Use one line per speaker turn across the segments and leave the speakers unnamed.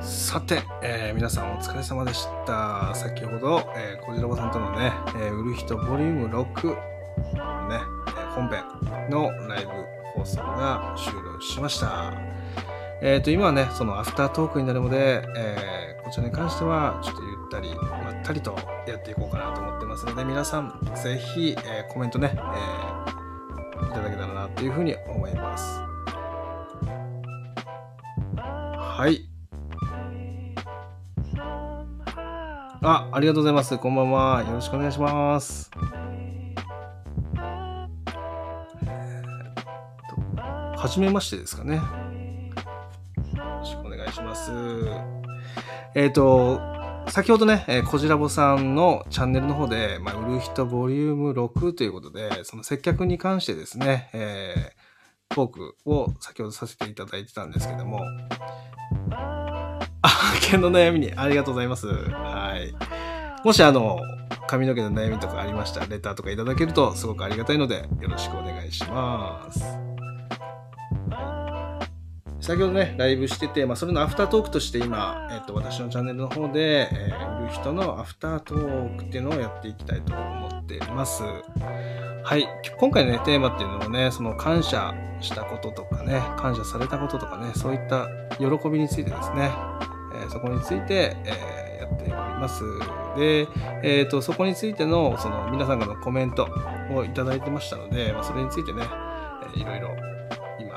さて、えー皆さんお疲れ様でした。先ほど、えー、小次郎さんとのね、えー売る人ボリューム6のね、えー本編のライブ放送が終了しました。えっ、と、今はね、そのアフタートークになるので、えーこちらに関しては、ちょっとゆったり、まったりとやっていこうかなと思ってますので、皆さん、ぜひ、えーコメントね、えーいただけたらなというふうに思います。はい。あ、ありがとうございます。こんばんは。よろしくお願いします。えーっとはじめましてですかね。よろしくお願いします。えーっと、先ほどね、えー、こじらぼさんのチャンネルの方で、まあ、売る人ボリューム6ということで、その接客に関してですね、えー、トークを先ほどさせていただいてたんですけども、あ、毛の悩みにありがとうございます。はい。もしあの、髪の毛の悩みとかありましたら、レターとかいただけるとすごくありがたいので、よろしくお願いします。先ほどね、ライブしてて、まあ、それのアフタートークとして今、えっと、私のチャンネルの方で、えー売る人のアフタートークっていうのをやっていきたいと思っています。はい。今回のね、テーマっていうのはね、その感謝したこととかね、感謝されたこととかね、そういった喜びについてですね、えーそこについて、えーやっております。で、えー、とそこについてのその皆さんからのコメントをいただいてましたので、まあ、それについてね、えーいろいろ今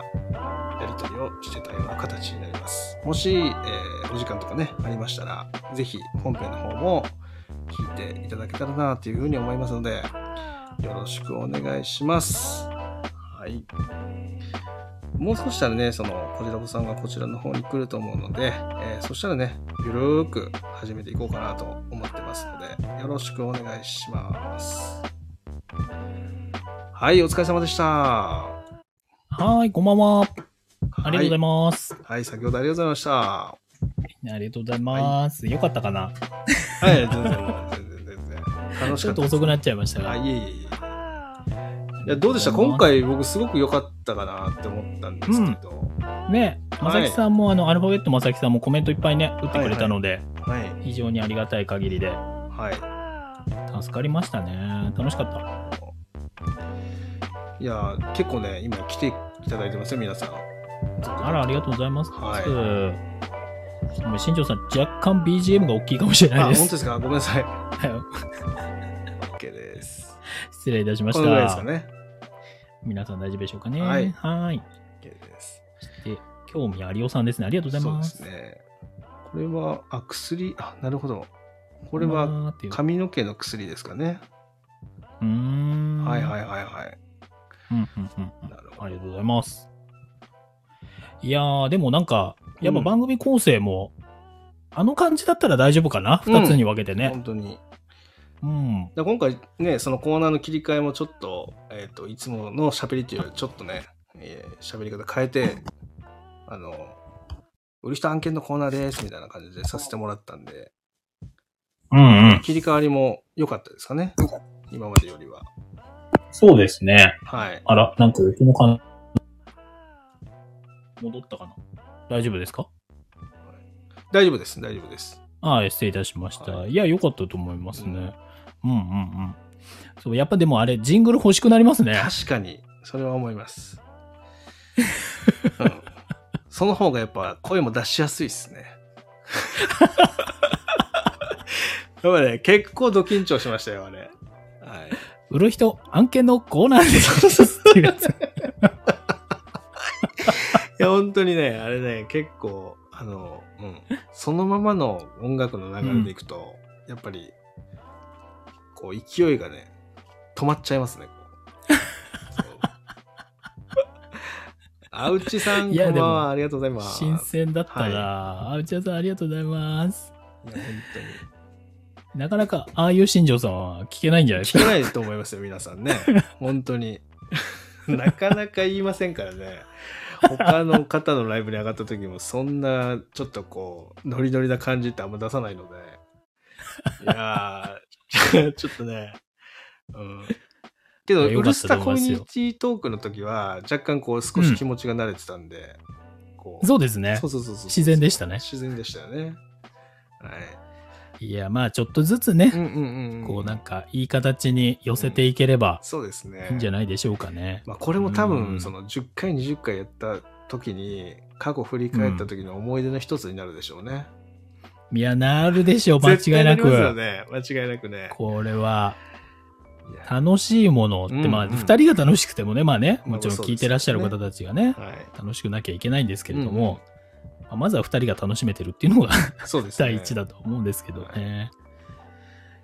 やり取りをしてたような形になります。もし、えーお時間とかねありましたら是非本編の方も聞いていただけたらなというふうに思いますのでよろしくお願いします。はいもう少したらね、その、こじらぼさんがこちらの方に来ると思うので、えーそしたらね、ゆるーく始めていこうかなと思ってますので、よろしくお願いします。はい、お疲れ様でした。は
はーい、こんばんは。ありがとうござい
ま
ます。
す。はい、先ほどありがとうございました。は、
ありがとうございます。よかったかない
全然、全然、全然。楽し
ち
かっ
ょったと
です
遅くなっちゃいました
あ、
が。
いえいえいえ。いや、どうでした今。回僕すごく良かったかなって思ったんですけど。
ね、まさきさんも、あの、アルファベットまさきさんもコメントいっぱいね、打ってくれたので、
はい、
非常にありがたい限りで、
はい。
助かりましたね。楽しかった。
いやー結構ね今来ていただいてますよ皆さん
あら、ありがとうございます。
はい
うん新庄さん、若干 BGM が大きいかもしれ
あ
ないで
本当
す。
ですかごめんなさい
はい
OK です
失礼いたしま
こ
し
のぐらいです
た。
かね
皆さん大丈夫でしょうかね。
はい
はーい。
OK です
そして、興味ありおさんですね。ありがとうござい
そう
ま。
ですすねこれはあ薬あなるほどこれは
まあっていう
髪の毛の薬ですかね
うーん。
はいはいはいはい
うんうんうんうん
なるほど
ありがとうございます。いやー、でもなんか、やっぱ
うん
番組構成も、あの感じだったら大丈夫かな、
うん
二つに分けてね。
本当に
うん。
で今回ねそのコーナーの切り替えもちょっと,、えー、といつもの喋りっていうよりちょっとね喋、えー喋り方変えてあの売る人案件のコーナーですみたいな感じでさせてもらったんで
うんうん。
切り替わりも良かったですかね今までよりは。
そうですね。
はい。
あら、なんか、この感戻ったかな大丈夫ですか
大丈夫です、大丈夫です。
ああ、失礼いたしました。
はい
い、や、良かったと思いますね。うん、うん、うんうん。そう、やっぱでもあれ、ジングル欲しくなり ますね。
確かに、それは思い ます。うん、その方がやっぱ声も出しやすいです ね。やっぱね、結構ド緊張しましたよ、あれ。はい。
売る人、案件のコーナーです。っていうや つ
いや、本当にね、あれね、結構、あの、うん、そのままの音楽の流れでいくと、やっぱり、こう、勢いがね、止まっちゃいますね、こ うそう。あうちさん、
いや
こんばん
で
は、ありがとうございます。
新鮮だったな、あ内田さんありがとうございます
いや、本当に。
なかなかああいう新庄さんは聞けないんじゃないです
聞
か
けないと思いますよ、皆さんね。本当に。なかなか言いませんからね。他の方のライブに上がった時も、そんな、ちょっとこう、ノリノリな感じってあんま出さないので。いやー、 ちょっとね。うん。けど、
いや
ウ
よか
ル
っ
ス
たと
タ
思
コ
いま
ミ
すよ
ュニティトークの時は、若干こう、少し気持ちが慣れてたんで、こう。
そうですね
そう。そうそうそう。
自然でしたね
自然でしたよね。 はい
や、まあ、ちょっとずつね
い。う、んうんうん。
こう、なんか、いい形に寄せていければ
そうですね。
いいんじゃないでしょうかね。
まあ、これも多
う
分
ん
その10回20回やった時に過去振り返った時の思い出の一つになるでしょうね。
いや、なるでしょう、間違いな
絶対りますよ
く。
ね、間違いなくね。
これは、
いや
楽しいものって、
うん
まあ、
うん
二人が楽しくてもね、まあね、
まあ
もちろん
そうですよね
聞いてらっしゃる方たちがね、
はい。
楽しくなきゃいけないんですけれども、まあまずは二人が楽しめてるっ ていうのが
そうですね。
第一だと思うんですけどね。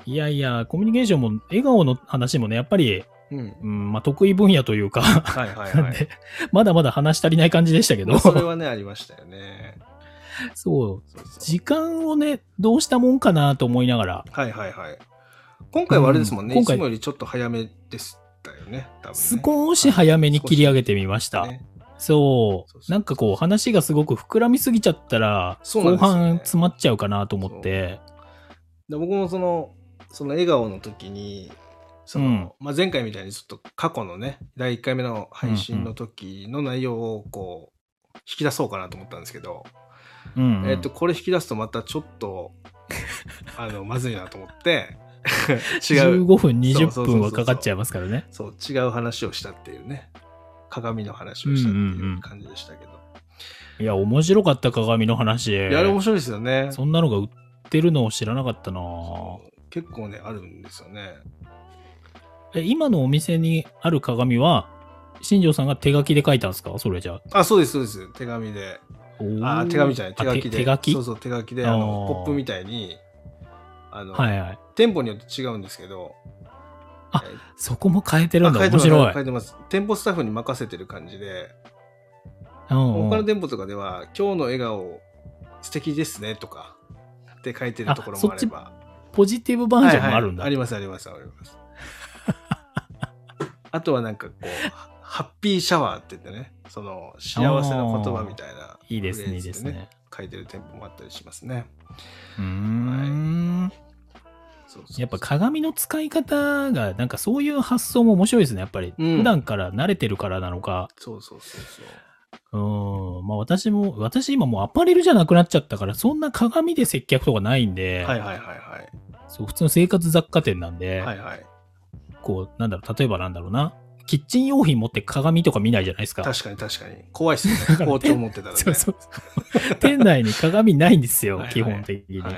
いやいや、コミュニケーションも、笑顔の話もね、やっぱり、
うん。
うん、まあ、得意分野というか、
はいはい
な
は
ん
い
で。、 まだまだ話し足りない感じでしたけ
ま
ど、
あそれ
そ
はね、ありましたよね。
う、
そうそう
時間をね、どうしたもんかなと思いながら、
はいはいはい。今回はあれですもんね、
うん
い
今
つ
回
もよりちょっと早めでしたよね、多分ね。
少し早めに切り上げてみました。
ね
そ
そうそう
う。なんかこう、話がすごく膨らみすぎちゃったら、
そうなん
後
ですよね
半詰まっちゃうかなと思って、
で僕もその、その笑顔の時に、そのまあ、前回みたいにちょっと過去のね、第1回目の配信の時の内容をこう、引き出そうかなと思ったんですけど、
うんうん
えっと、これ引き出すとまたちょっ と、あの、まずいなと思って、違う、
15分、
そ
20
うそうそう
分
そ
は
う
かかっちゃいますからね。
そう、違う話をしたっていうね、鏡の話をしたっていう感じでしたけど。
いや、面白かった鏡の話。
いや、あれ面白いですよね。
そんなのが売ってるのを知らなかったな
そう結構ね、あるんですよね。
え、今のお店にある鏡は、新庄さんが手書きで書いたんですかそれじゃあ。
あ、そうです、そうです。手紙で。あ、手紙じゃない、手書きで。
手書き
そうそう、手書きで、あの、
あー
ポップみたいに、あの、
はいはい。
店舗によって違うんですけど、
あ
えー
そこも変えてるんだ。
あ書いて
面
ます
白い
書。いてます。店舗スタッフに任せてる感じで、
うんうん
他の店舗とかでは、今日の笑顔、素敵ですね、とか、って書いてるところもあれば。
ポジティブバージョンもあるんだ。
はいはいありますありますありますあとはなんかこうハッピーシャワーって言ってねその幸せの言葉みたいない
いですね、いいです
フレーズで
ね。
書いてる店舗もあったりしますね
うーん。
そうそうそう
やっぱ鏡の使い方が、なんかそういう発想も面白いですね、やっぱり。
うん
普段から慣れてるからなのか。
そうそうそうそう
うん。まあ私も、私今もうアパレルじゃなくなっちゃったから、そんな鏡で接客とかないんで、
はいはいはい
そう普通の生活雑貨店なんで、
はいはいはい
こう、なんだろう、例えばなんだろうな。キッチン用品持って鏡とか見ないじゃないですか。
確かに確かに怖いっすよね包丁持ってたらね
そうそうそう。店内に鏡ないんですよ、
はいはい
基本的に。
はい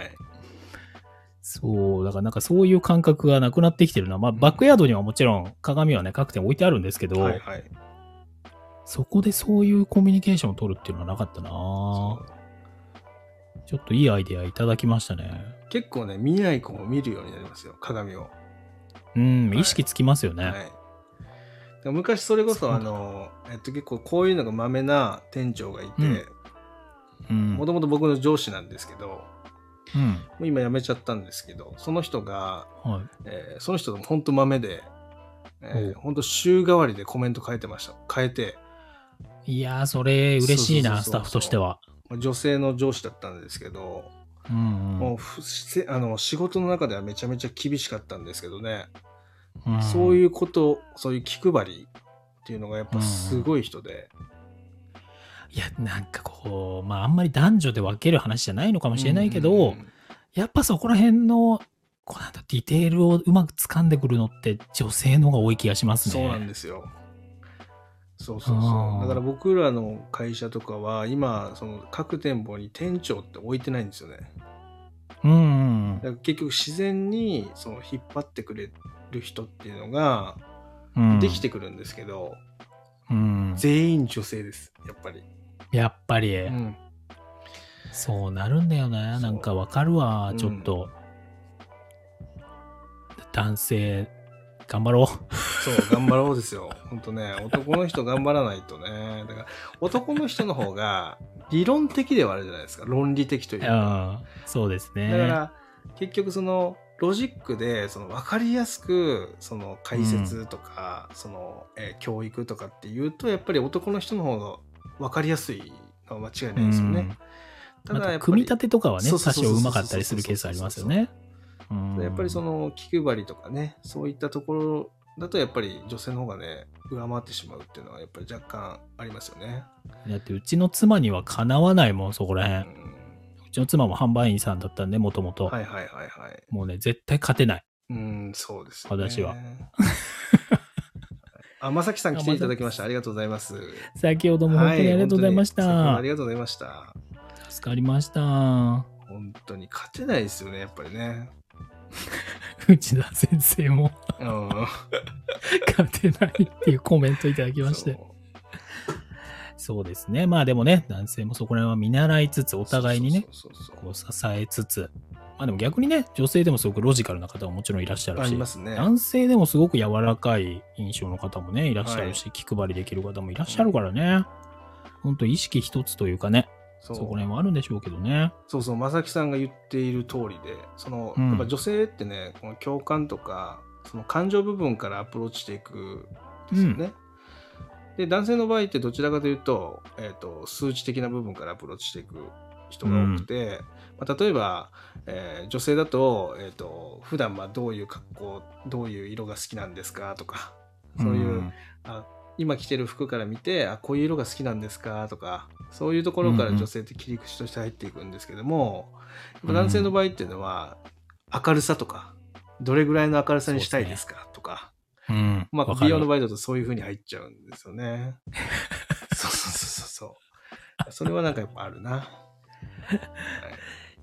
そう、だからなんかそういう感覚がなくなってきてるのは、まあ、バックヤードにはもちろん鏡はね、各店置いてあるんですけど、
はいはい
そこでそういうコミュニケーションを取るっていうのはなかったな
そ
ぁ
う
ちょっといいアイデアいただきましたね。
結構ね見ない子も見るようになりますよ鏡を
うん、
はい
意識つきますよね。
はい、でも昔それこ
そう
そ
だ
あの、えっと、結構こういうのがまめな店長がいて
うん。
もともと僕の上司なんですけども
うん
う今辞めちゃったんですけどその人が、
はい、
えーその人も本当まめで、えー
お
本当週替わりでコメント変えてました変えて
いやー、それ嬉しい
そ
な、ス
うそ
タ
うそうそう
ッフとしては。
まあ女性の上司だったんですけど、
うんうん
もうふせあの仕事の中ではめちゃめちゃ厳しかったんですけどね、
うん
そういうことそういう気配りっていうのがやっぱすごい人で、
いや、なんかこう、まああんまり男女で分ける話じゃないのかもしれないけど、
うんうんうん
やっぱそこら辺の、こうなんだ、ディテールをうまく掴んでくるのって女性の方が多い気がしますね。
そうなんですよ。そうそう
あ
そ
ー
う。だから僕らの会社とかは今その各店舗に店長って置いてないんですよね。
うんうん
だから結局自然にその引っ張ってくれる人っていうのが
うん。うん
でき、てくるんですけど、
うん、
全員女性ですやっぱり。
やっぱり、
うん、
そうなるんだよね。
そう
なんかわかるわ
う、ん
ちょっと。男性、頑張ろう。
そう頑張ろうですよ。本当ね男の人頑張らないとね。だから男の人の方が理論的ではあるじゃないですか論理的という
う
か。
ん、そうです
だか
ね。
ら結局そのロジックでその分かりやすくその解説とか、その、えー教育とかっていうとやっぱり男の人の方が分かりやすいのは間違いないですよね。た
ま
だやっぱり
た組み立てとかはね、
そうそ
多
うそう
少
そう
うまかったりするケースありますよね。
やっぱりそ
の、
の気配りとかねそういったところだとやっぱり女性の方がね上回ってしまうっていうのはやっぱり若干ありますよね。
だってうちの妻にはかなわないもん、そこら
う
辺。
ん、
うちの妻も販売員さんだったんで、もともと
は。いはいはいはい。
もうね、絶対勝てない。
うん、そうです、ね。
私は。
あ、まさきさん来ていただきました。ありがとうございます。
先ほども本当にありがとうございまし
は本当に先ほど
た
あ。りがとうございました。
助かりました。
本当に勝てないですよね、やっぱりね。
内田先生も
うん。
勝てないっていうコメントいただきまして。
そう
そうですね。まあでもね、男性もそこら辺は見習いつつ、お互いにね、
そうそうそうそう
こう支えつつ。まあでも逆にね、女性でもすごくロジカルな方ももちろんいらっしゃる
あ
し
り、ますね。
男性でもすごく柔らかい印象の方もね、いらっしゃるし、気配りできる方もいらっしゃるからね。ほんと意識一つというかね、
そ
そうこら辺もあるんでしょうけどね。
そうそう、まさきさんが言っている通りで、その、
うん
やっぱ女性ってね、この共感とか、その感情部分からアプローチしていくんですよね。で、男性の場合ってどちらかというと、えっ、と、数値的な部分からアプローチしていく人が多くて、まあ、例えば、えー女性だと、えっ、と、普段まあどういう格好、どういう色が好きなんですかとか、そういう、
ん
あ今着てる服から見てあこういう色が好きなんですかとかそういうところから
うんうん
女性って切り口として入っていくんですけども、
うん
男性の場合っていうのは明るさとかどれぐらいの明るさにしたいですかとか、
うん。
まあ、
わか
美
る
容の場合だとそういう風に入っちゃうんですよね。そうそうそうそうそう。それはなんかやっぱあるな。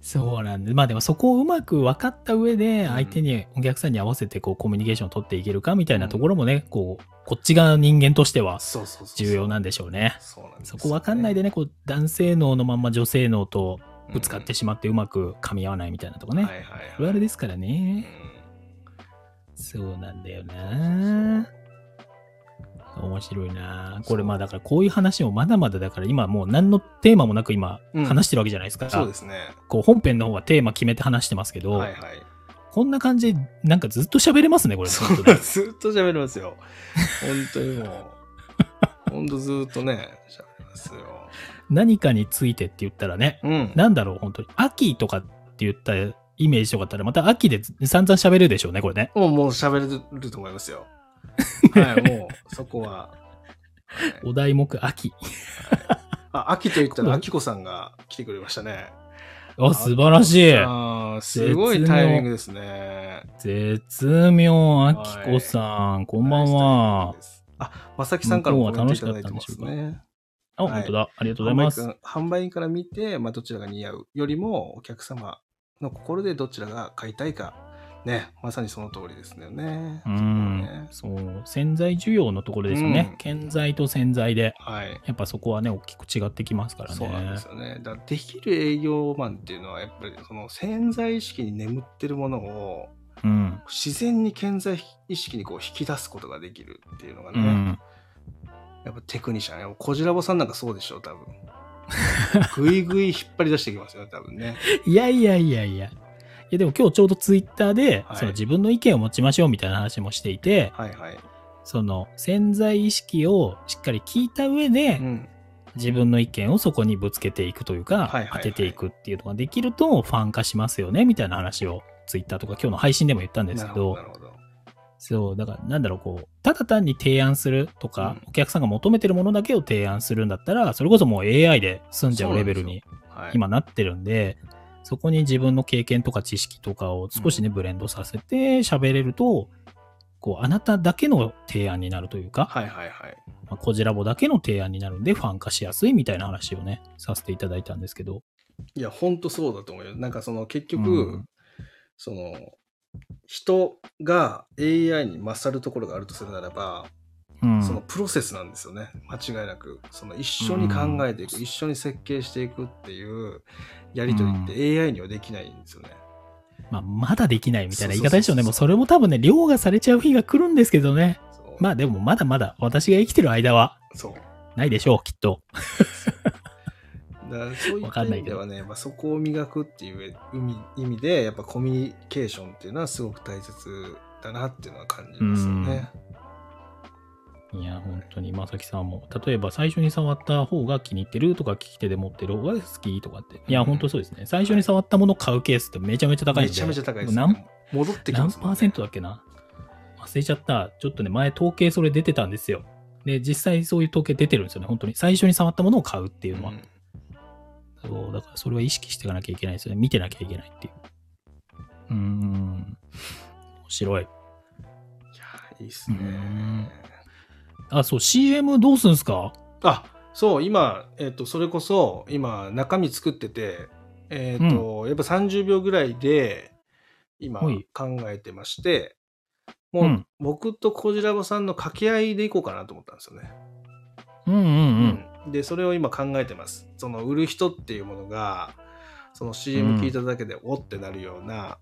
そうなんで、まあでもそこをうまく分かった上で、
うん
相手に、お客さんに合わせてこうコミュニケーションを取っていけるかみたいなところもね、こう、こっち側の人間としては
そうそうそうそう。
重要なんでしょうね。
そうなんです
そ
よね
こ分かんないでね、こう、男性脳のまんま女性脳とぶつかってしまってうまく噛み合わないみたいなとこ
うん
ね。
はいはいはい。
あるあるですから
うん
ね。そうなんだよ
そうそうそ
な
う。
面白いな。これまあだからこういう話をまだまだだから今もう何のテーマもなく今
うん
話してるわけじゃないですか。
そうですね。
こう本編の方はテーマ決めて話してますけど、
はいはい。
こんな感じで、なんかずっと喋れますね、これ。
そう
本当ね
ずっと喋りますよ。本当に もう。本当ずっとね、喋りますよ。
何かについてって言ったらね、
うん。
なんだろう、本当に。秋とかって言ったイメージとかあったら、また秋で散々喋れるでしょうね、これね。
もう、もう喋れると思い ますよ。はい、もう、そこは。
お題目、秋。
あ、秋と言った
こ
ら、
の
あきこさんが来てくれましたね。
あ、素晴らしい。
あーすごいタイミングですね。
絶妙、あきこさん。こんばんは。
あ、まさきさんからもコメントいただいてます
向こうは楽しかったん
ね。
あ、
はい
本当だ。ありがとうござい
販売
ま
員
す。
から販売員から見て、まあ、どちらが似合うよりもお客様の心でどちらが買いたいか、ね、まさにその通りですよね。
う
ね
ん。そう。潜在需要のところですよね。
うん
健在と潜在で。
はい、
やっぱそこはね、大きく違ってきますからね。
そうなんですよね。だからできる営業マンっていうのはやっぱりその潜在意識に眠ってるものを
うん。
自然に潜在意識にこう引き出すことができるっていうのが
う
ね、
ん。
やっぱテクニシャンやっぱこじらぼさんなんかそうでしょ多 分ぐいぐい引っ張り出してきますよね多分ね。
いやいやいやいや。いやでも今日ちょうどツイッターで、
はい
その自分の意見を持ちましょうみたいな話もしていて、
はいはい。
その潜在意識をしっかり聞いた上で、
うん、
自分の意見をそこにぶつけていくというか、
はいはいはい
当てていくっていうのができるとファン化しますよねみたいな話をツイッターとか今日の配信でも言ったんです
な
け
るほ
ど
どなるほど。
そうだからなんだろうこうただ単に提案するとか、
うん
お客さんが求めてるものだけを提案するんだったらそれこそもう AI で済んじゃうレベルに
はい、
今なってるんで、そこに自分の経験とか知識とかを少しね、ブレンドさせて喋れると、こう、あなただけの提案になるというか、
はいはいはい。
まあ、こじらぼだけの提案になるんで、ファン化しやすいみたいな話をね、させていただいたんですけど。
いや、ほんとそうだと思うよ。なんかその結局、
うん
その、人が AI に勝るところがあるとするならば、
うん。
そのプロセスなんですよね。間違いなく。その一緒に考えていく、
うん
一緒に設計していくっていうやりとりって AI にはできないんですよね。
まあ、まだできないみたいな言い方でしょうね。
そ
も
うそうそうそ
う
う
それも多分ね、凌駕されちゃう日が来るんですけどね。
そう
まあでもまだまだ私が生きてる間は
そう。
ないでしょう、きっと。
だからそうい
わ
った
かん
意
ない
味
け
で
ど
はね、まあ、そこを磨くっていう意味意味で、やっぱコミュニケーションっていうのはすごく大切だなっていうのは感じますよね。
いや、本当に、まさきさんも、例えば最初に触った方が気に入ってるとか、聞き手で持ってる方が好きとかって。いや、本当そうですね。最初に触ったものを買うケースってめちゃめちゃ高いん
め
で。
ちゃめちゃ高いです、
もう
ね。戻ってき
何
ま
何
すもんね
パーセントだっけなま忘れちゃった。ちょっとね、前統計それ出てたんですよ。で、実際そういう統計出てるんですよね、本当に。最初に触ったものを買うっていうのは。そう、だからそれは意識していかなきゃいけないですよね。見てなきゃいけないっていう。うーん。面白い。
いやーいいっすね
うんあ、そう、CM どうするんですか
あそう今、えっとそれこそ今中身作っててえっ、と、やっぱ30秒ぐらいで今
はい
考えてまして
う
もうん僕とコジラボさんの掛け合いでいこうかなと思ったんですよね。
うんうんうん。
うんでそれを今考えてます。その売る人っていうものがその CM 聞いただけでおってなるような、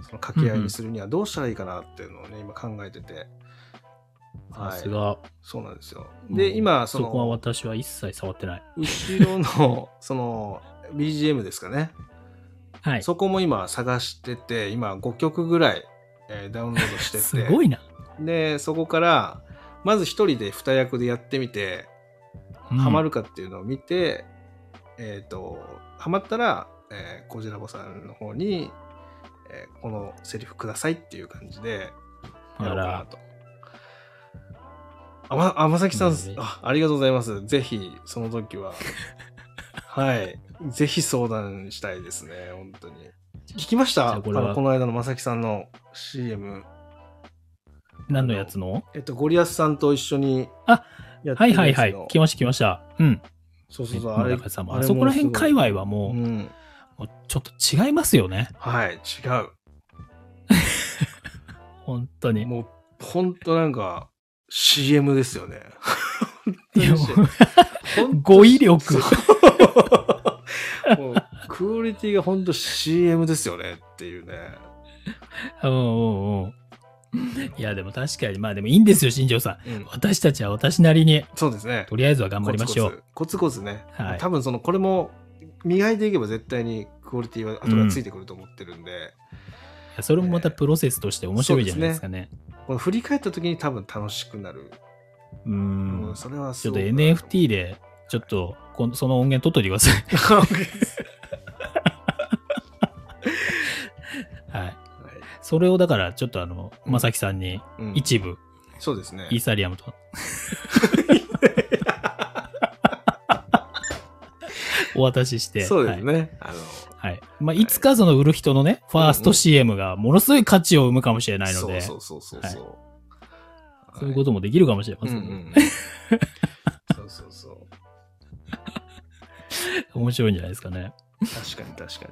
その掛け合いにするにはどうしたらいいかなっていうのをね今考えてて
さ
はい
すが。
そうなんですよ。
うん
で今そ
そ
の
こは私は一切触ってない。
後ろのその BGM ですかね、
はい。
そこも今探してて今5曲ぐらい、えーダウンロードしてて
すごいな。
でそこからまず1人で2役でやってみて
うん
ハマるかっていうのを見て、えっ、とハマったら、えー、コジラボさんの方に、えーこのセリフくださいっていう感じでやろうか
あ
な
ら、
と。あま、あまさきさん
いいね、
あありがとうございます。ぜひ、その時 は。はい。ぜひ相談したいですね、本当に。聞きまし
じゃ
た
あ
こ
これは
のこの間のまさきさんの CM。
何のやつの
えっと、ゴリアスさんと一緒に
あ
やって
は
る
い
やつの
はいはい。来ました来ました。うん。
そうそうそう、あれ
村。上さんも
あ
あ
れ
そこら辺界隈は
う
もう、
ん。
もうちょっと違いますよね。
はい、違
本当
う。
に。
もう、ほんとなんか、CM ですよね。
いやもう
ほんと
語彙力。
もうクオリティが本当 CM ですよねっていうね。
うんうんうん。いや、でも確かに、まあでもいいんですよ、新庄さん。
うん、
私たちは私なりに、
そうですね。
とりあえずは頑張りましょう。
コツコツコツコツね。
はい
多分そのこれも磨いていけば絶対にクオリティは後がついてくると思ってるんで、
いやそれもまたプロセスとして面白いじゃないですかね。
この振り返った時に多分楽しくなる。
う
も
ん
う。それは
ち
す
ょっ
ご
と
く
NFT で、ちょっとこの、その音源取っといてください。はい。
はい
それをだから、ちょっとあの、まさきさんに
うん
一部、
そうですね
イ。ーサリア ムと。お渡しして。
そうですね。あの
はい。はい。まあ、いつかその売る人のね、ファースト CM がものすごい価値を生むかもしれないの
そう
で、
そうそうそうそう。はい
そういうこともできるかもしれま
うん
せ
うん
ね。
ん。そうそうそう。
面白いんじゃないですかね。
確かに確か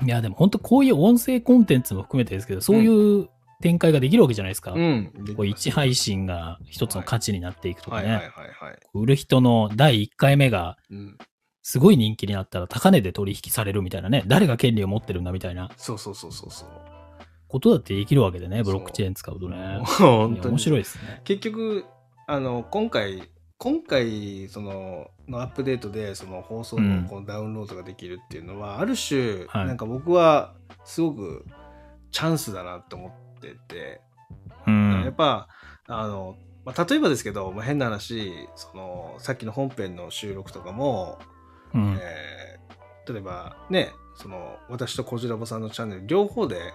に。
いや、でも本当こういう音声コンテンツも含めてですけど、そういう展開ができるわけじゃないですか。
うん。でき
こう
ます
一配信が一つの価値になっていくとか
はい
ね。
はいはいはい。
売る人の第1回目が
うん。
すごい人気になったら高値で取引されるみたいなね。誰が権利を持ってるんだみたいな
そうそうそうそうそう。
ことだってできるわけでね、ブロックチェーン使うとね。
本
い
当
や
に
面白いですね。
結局あの今回今回そののアップデートでその放送
うん
のこのダウンロードができるっていうのは、ある種、
はい
なんか僕はすごくチャンスだなと思ってて、
う
やっ
ん。
ぱあの、まあ、例えばですけど、まあ、変な話そのさっきの本編の収録とかも、
うん。
えー例えばねその私とこじらぼさんのチャンネル両方で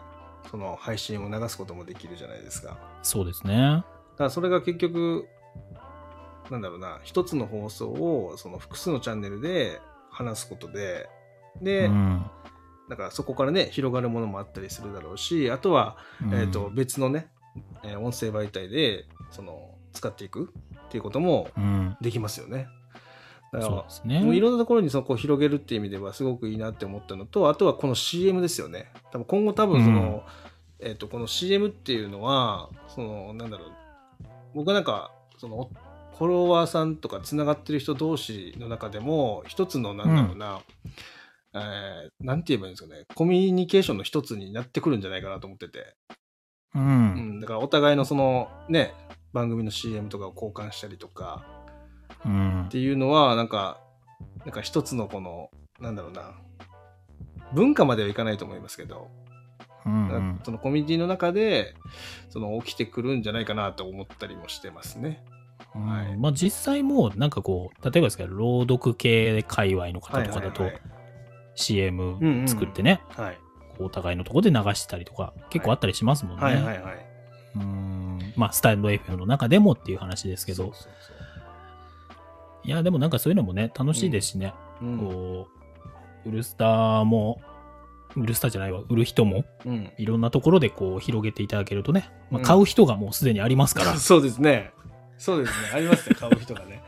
その配信を流すこともできるじゃないですか。
そうですね。
だからそれが結局なんだろうな一つの放送をその複数のチャンネルで話すことで
う
で、
ん。
だからそこからね広がるものもあったりするだろうしあとは、
うん
えー、と別のね、えー音声媒体でその使っていくっていうことも
うん。
できますよね。だから
そうですね。
もういろんなところにそこを広げるっていう意味ではすごくいいなって思ったのとあとはこの CM ですよね多分今後多分その、えっとこの CM っていうのはそのなんだろう僕はなんかそのフォロワーさんとかつながってる人同士の中でも一つのなんだろうな、えーなんて言えばいいんですかねコミュニケーションの一つになってくるんじゃないかなと思ってて、う
う。
んん、だからお互いのそのね番組の CM とかを交換したりとか
うん
っ。ていうのはなんかなんか一つのこのなんだろうな文化まではいかないと思いますけど、
うんう
なんんかそのコミュニティの中でその起きてくるんじゃないかなと思ったりもしてますね。はい
まあ実際もうなんかこう、例えばですけど、朗読系界隈の方とかだと
はいはい
CM 作ってね、
はい
こうお互いのとこで流したりとか、結構あったりしますもんね。
はいはいはいはい
うーん、まあ、スタンド FM の中でもっていう話ですけ
そ
ど
う、そうそ
いや、でもなんかそういうのもね、楽しいですしね、
ううん
こう、ウルスターも、ウルスターじゃないわ、売る人も、
うん
いろんなところでこう、広げていただけるとね、ま
う
あ、
ん
買う人がもうすでにありますか ら、
そうですね。そうですね。ありますね、買う人がね。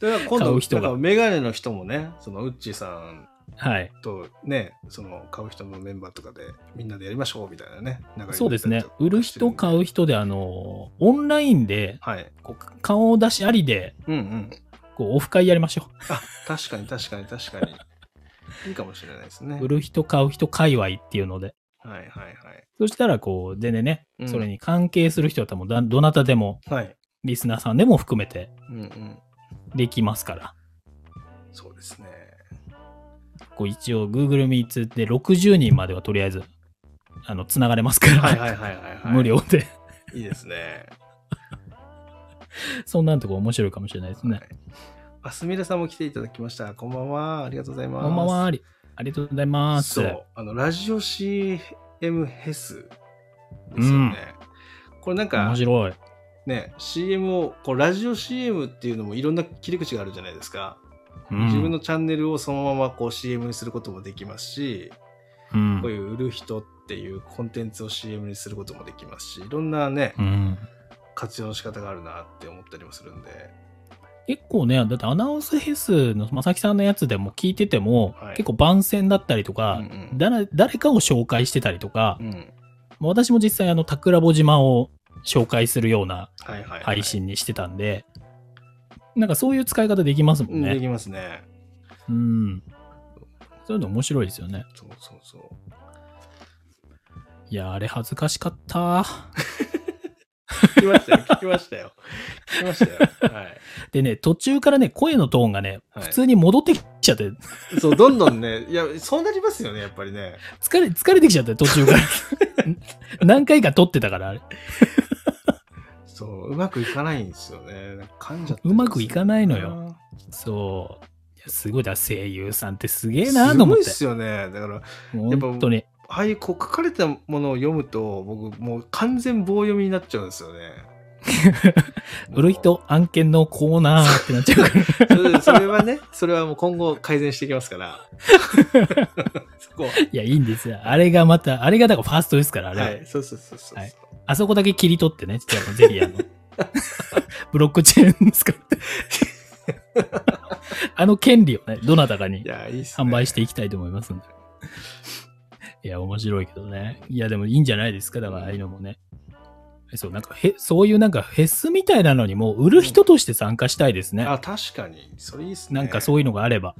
だから今
買
度、
う人が
だからメガネの人もね、そのウッチーさん
はい。
とね、その買う人のメンバーとかでみんなでやりましょうみたいなね。流れになったりとか
そうですね。売る人、買う人で、あの、オンラインで、
はい。
こう顔出しありで、
うんうん。
こう、オフ会やりましょ
あ、確かに確かに確かに。いいかもしれないですね。
う。売る人、買う人、界隈っていうので。
はいはい
そしたら、こう、全然ね
う、ん
それに関係する人だったらもうだ、どなたでも、
はい。はい。
リスナーさんでも含めて
うんうん。
できますから。
そうですね。
こう、一応、Google Meets で60人まではとりあえず、あの、つながれますから、
はいはいはいはい、はい。
無。料で。
いいですね。
そんなんとこ面白いかもしれないですね。
あ、すみれさんも来ていただきました。こんばんは。ありがとうございます。
こんばんは、ありありがとうございます。
そう、あの、ラジオ CM ヘスですよね。これなんか
面、白い。
ね、CM を、こう、ラジオ CM っていうのもいろんな切り口があるじゃないですか。
うん
自分のチャンネルをそのままこう CM にすることもできますし、
うん
こういう売る人っていうコンテンツを CM にすることもできますし、いろんなね、
うん
活用の仕方があるなって思ったりもするんで。
結構ね、だってアナウンスヘスのまさきさんのやつでも聞いてても、
はい
結構番宣だったりとか、
うんうん
だら誰かを紹介してたりとか、
うん。
まあ私も実際あの、桜坊島を紹介するような
はいはい、はい。
配信にしてたんで、なんかそういう使い方できますも
うんんで
ね。
きますね。
うん。そういうの面白いですよね。
そうそうそう。
いや、あれ恥ずかしかった。
聞きましたよ。聞きましたよ。聞きましたよ。はい。
でね、途中からね、声のトーンがね、
はい
普通に戻ってきちゃって、
そう、どんどんね、いや、そうなりますよね、やっぱりね。
疲れ、疲れてきちゃって、途中から。 何回か撮ってたから、あれ。
そう、うまくいかないんですよね。なんか噛んじゃって
うまくいかないのよ。そう。いやすごいだ、声優さんってすげえなと
すご
思っ
いですよね。だから、
て。もう本当に。。
ああいうこう書かれたものを読むと、僕、もう完全棒読みになっちゃうんですよね
売る人案件のコーナーってなっちゃうから。
それ。それはね、それはもう今後改善していきます から。そこは。
いや、いいんですよ。あれがまた、あれがだからファーストですから、あれは。
はい、そうそうそうそうそう。
はいあそこだけ切り取ってね、ちょっとあのぜひあの、 ブロックチェーン使って。あの権利をね、どなたかに
いや、いいっすね。
販売していきたいと思いますんで。いや、面白いけどね。いや、でもいいんじゃないですか。だから、ああいうのもね。そう、なんかへ、そういうなんかフェスみたいなのにも、売る人として参加したいですね。
あ、確かに。それいいっすね。
なんかそういうのがあれば。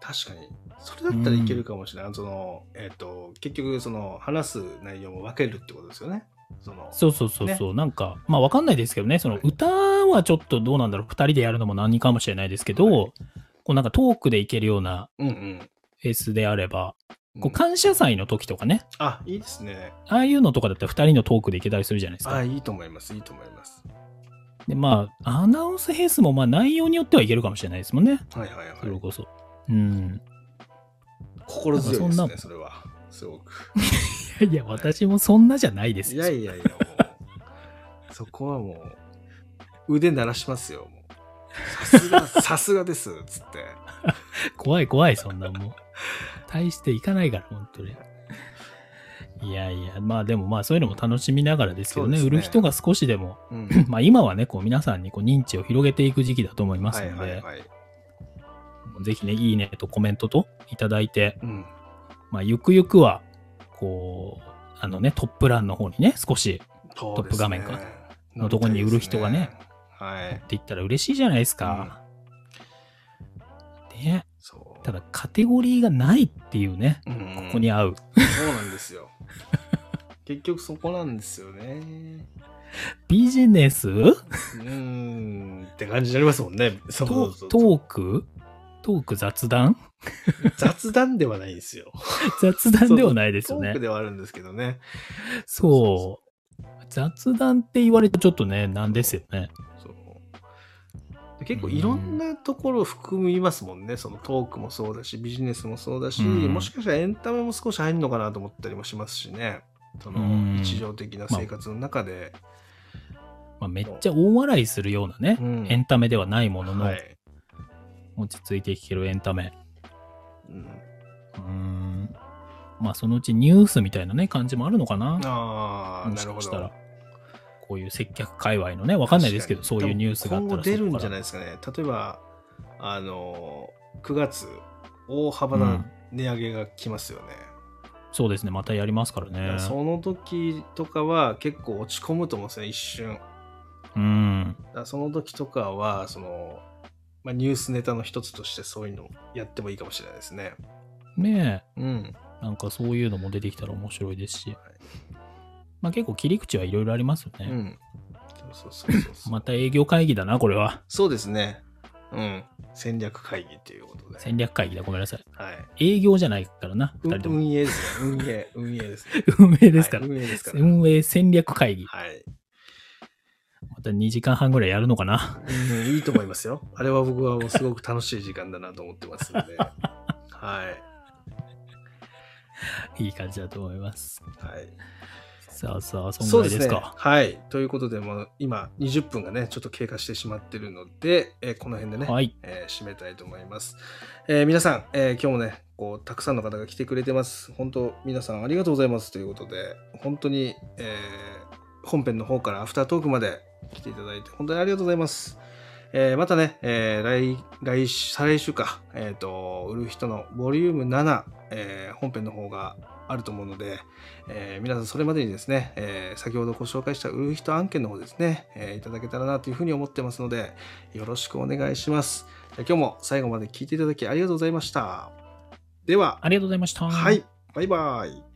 確かにそれだったらいけるかもしれない、そのえっ、と結局その話す内容も分けるってことですよねその
そうそうそうそう。なんか、まあわかんないですけどね、その歌はちょっとどうなんだろう。二人でやるのも何かもしれないですけど、
はい
こうなんかトークでいけるような
うんうん
フェスであれば、
う
こうん感謝祭の時とかね、
あいいですね
ああいうのとかだったら二人のトークでいけたりするじゃないです
あ
か。
いいと思いますいいと思います
で、まあ、アナウンスヘースもまあ内容によってはいけるかもしれないですもんね。
はいはい
それ
はい
こそ。うん。
心強いです
なんかそん
ねそれはすご く
いや、私もそんなじゃないです
い
よ
や。いやいやもうそこはもう腕鳴らしますよも うさすがさすがですつって
怖い怖い、そんなもう。大していかないから、本当に。いやいや、まあでもまあそういうのも楽しみながらですけどね、
そうです
売
ね
る人が少しでも、
うん、
まあ今はね、こう皆さんにこう認知を広げていく時期だと思います
は
の
い
で、
はいはい、
ぜひね、いいねとコメントといただいて、
うん、
まあ、ゆくゆくは、こう、あのね、トップランの方にね、少し
ト
トップ画面かのとこに売る人がね
は
持っ
い
ていったら嬉しいじゃないですか。ね、
そう
ただカテゴリーがないっていうね、
うんうん
ここに合う。
そうなんです よ。結局そこなんですよね。
ビジネス
うーんって感じになりますもんね。そ
ト
うそうそう
トークトーク雑談
雑談ではないんですよ。
雑談ではないです
ト
よ
ー
ね
ク。ではあるんですけどね。
そう。雑談って言われるとちょっとね、なんですよね。
そうで結構いろんなところを含みますもんね。そのトークもそうだし、ビジネスもそうだし、
うん
もしかしたらエンタメも少し入るのかなと思ったりもしますしね。そうの
ん
日常的な生活の中で、
まあ、めっちゃ大笑いするようなね、
うん
エンタメではないものの、
はい
落ち着いて聴けるエンタメ。
うん、
うーん。まあ、そのうちニュースみたいなね、感じもあるのかな。
ああ
も
な
し
る
か
ほ
したら
ど。
こういう接客界隈のね、わかんないですけど、
確か
そう
に
いうニュースがあっ
でも
たら
今後出るんじゃ
そこか
ないですかね例えばあの9月大幅な値上げが来ますよね、
らそうですね、またやりますからね。
その時とかは結構落ち込むと思うんですよね一瞬だか
うん。
らその時とかはその、まあ、ニュースネタの一つとしてそういうのやってもいいかもしれないですね
ね
うん
え、なんかそういうのも出てきたら面白いですし。まあ結構切り口はいろいろありますよ
う
ね。
んそうそうそうそうそう
また営業会議だな、これは。
そうですねうん戦略会議っていうことで
戦略会議だ、ごめんなさい。
はい
営業じゃないからな、
う
二人とも。
運営ですね運営運営ですね
運営ですから
はい。運営ですから
運営戦略会議。
はい、
また2時間半ぐらいやるのかな。
うん、いいと思いますよあれは僕はもうすごく楽しい時間だなと思ってますんではい
いい感じだと思います。
はい
さあさあ、そん
そ
ぐ
う
ら
です
いです
ね。
か。
はい。ということで、もう今20分がね、ちょっと経過してしまってるので、えーこの辺でね、
はい。
えー締めたいと思います。えー皆さん、えー今日もね、こう、たくさんの方が来てくれてます。本当、皆さんありがとうございますということで、本当に、えー本編の方からアフタートークまで来ていただいて、本当にありがとうございます。えーまたね、えー来、来週、再来週か、えっ、と、売る人のボリューム7、えー本編の方があると思うので、えー皆さんそれまでにですね、えー先ほどご紹介した売る人案件の方ですね、えーいただけたらなというふうに思ってますので、よろしくお願いします。じゃあ今日も最後まで聞いていただきありがとうございました。では、
ありがとうございました。
はい、バイバイ。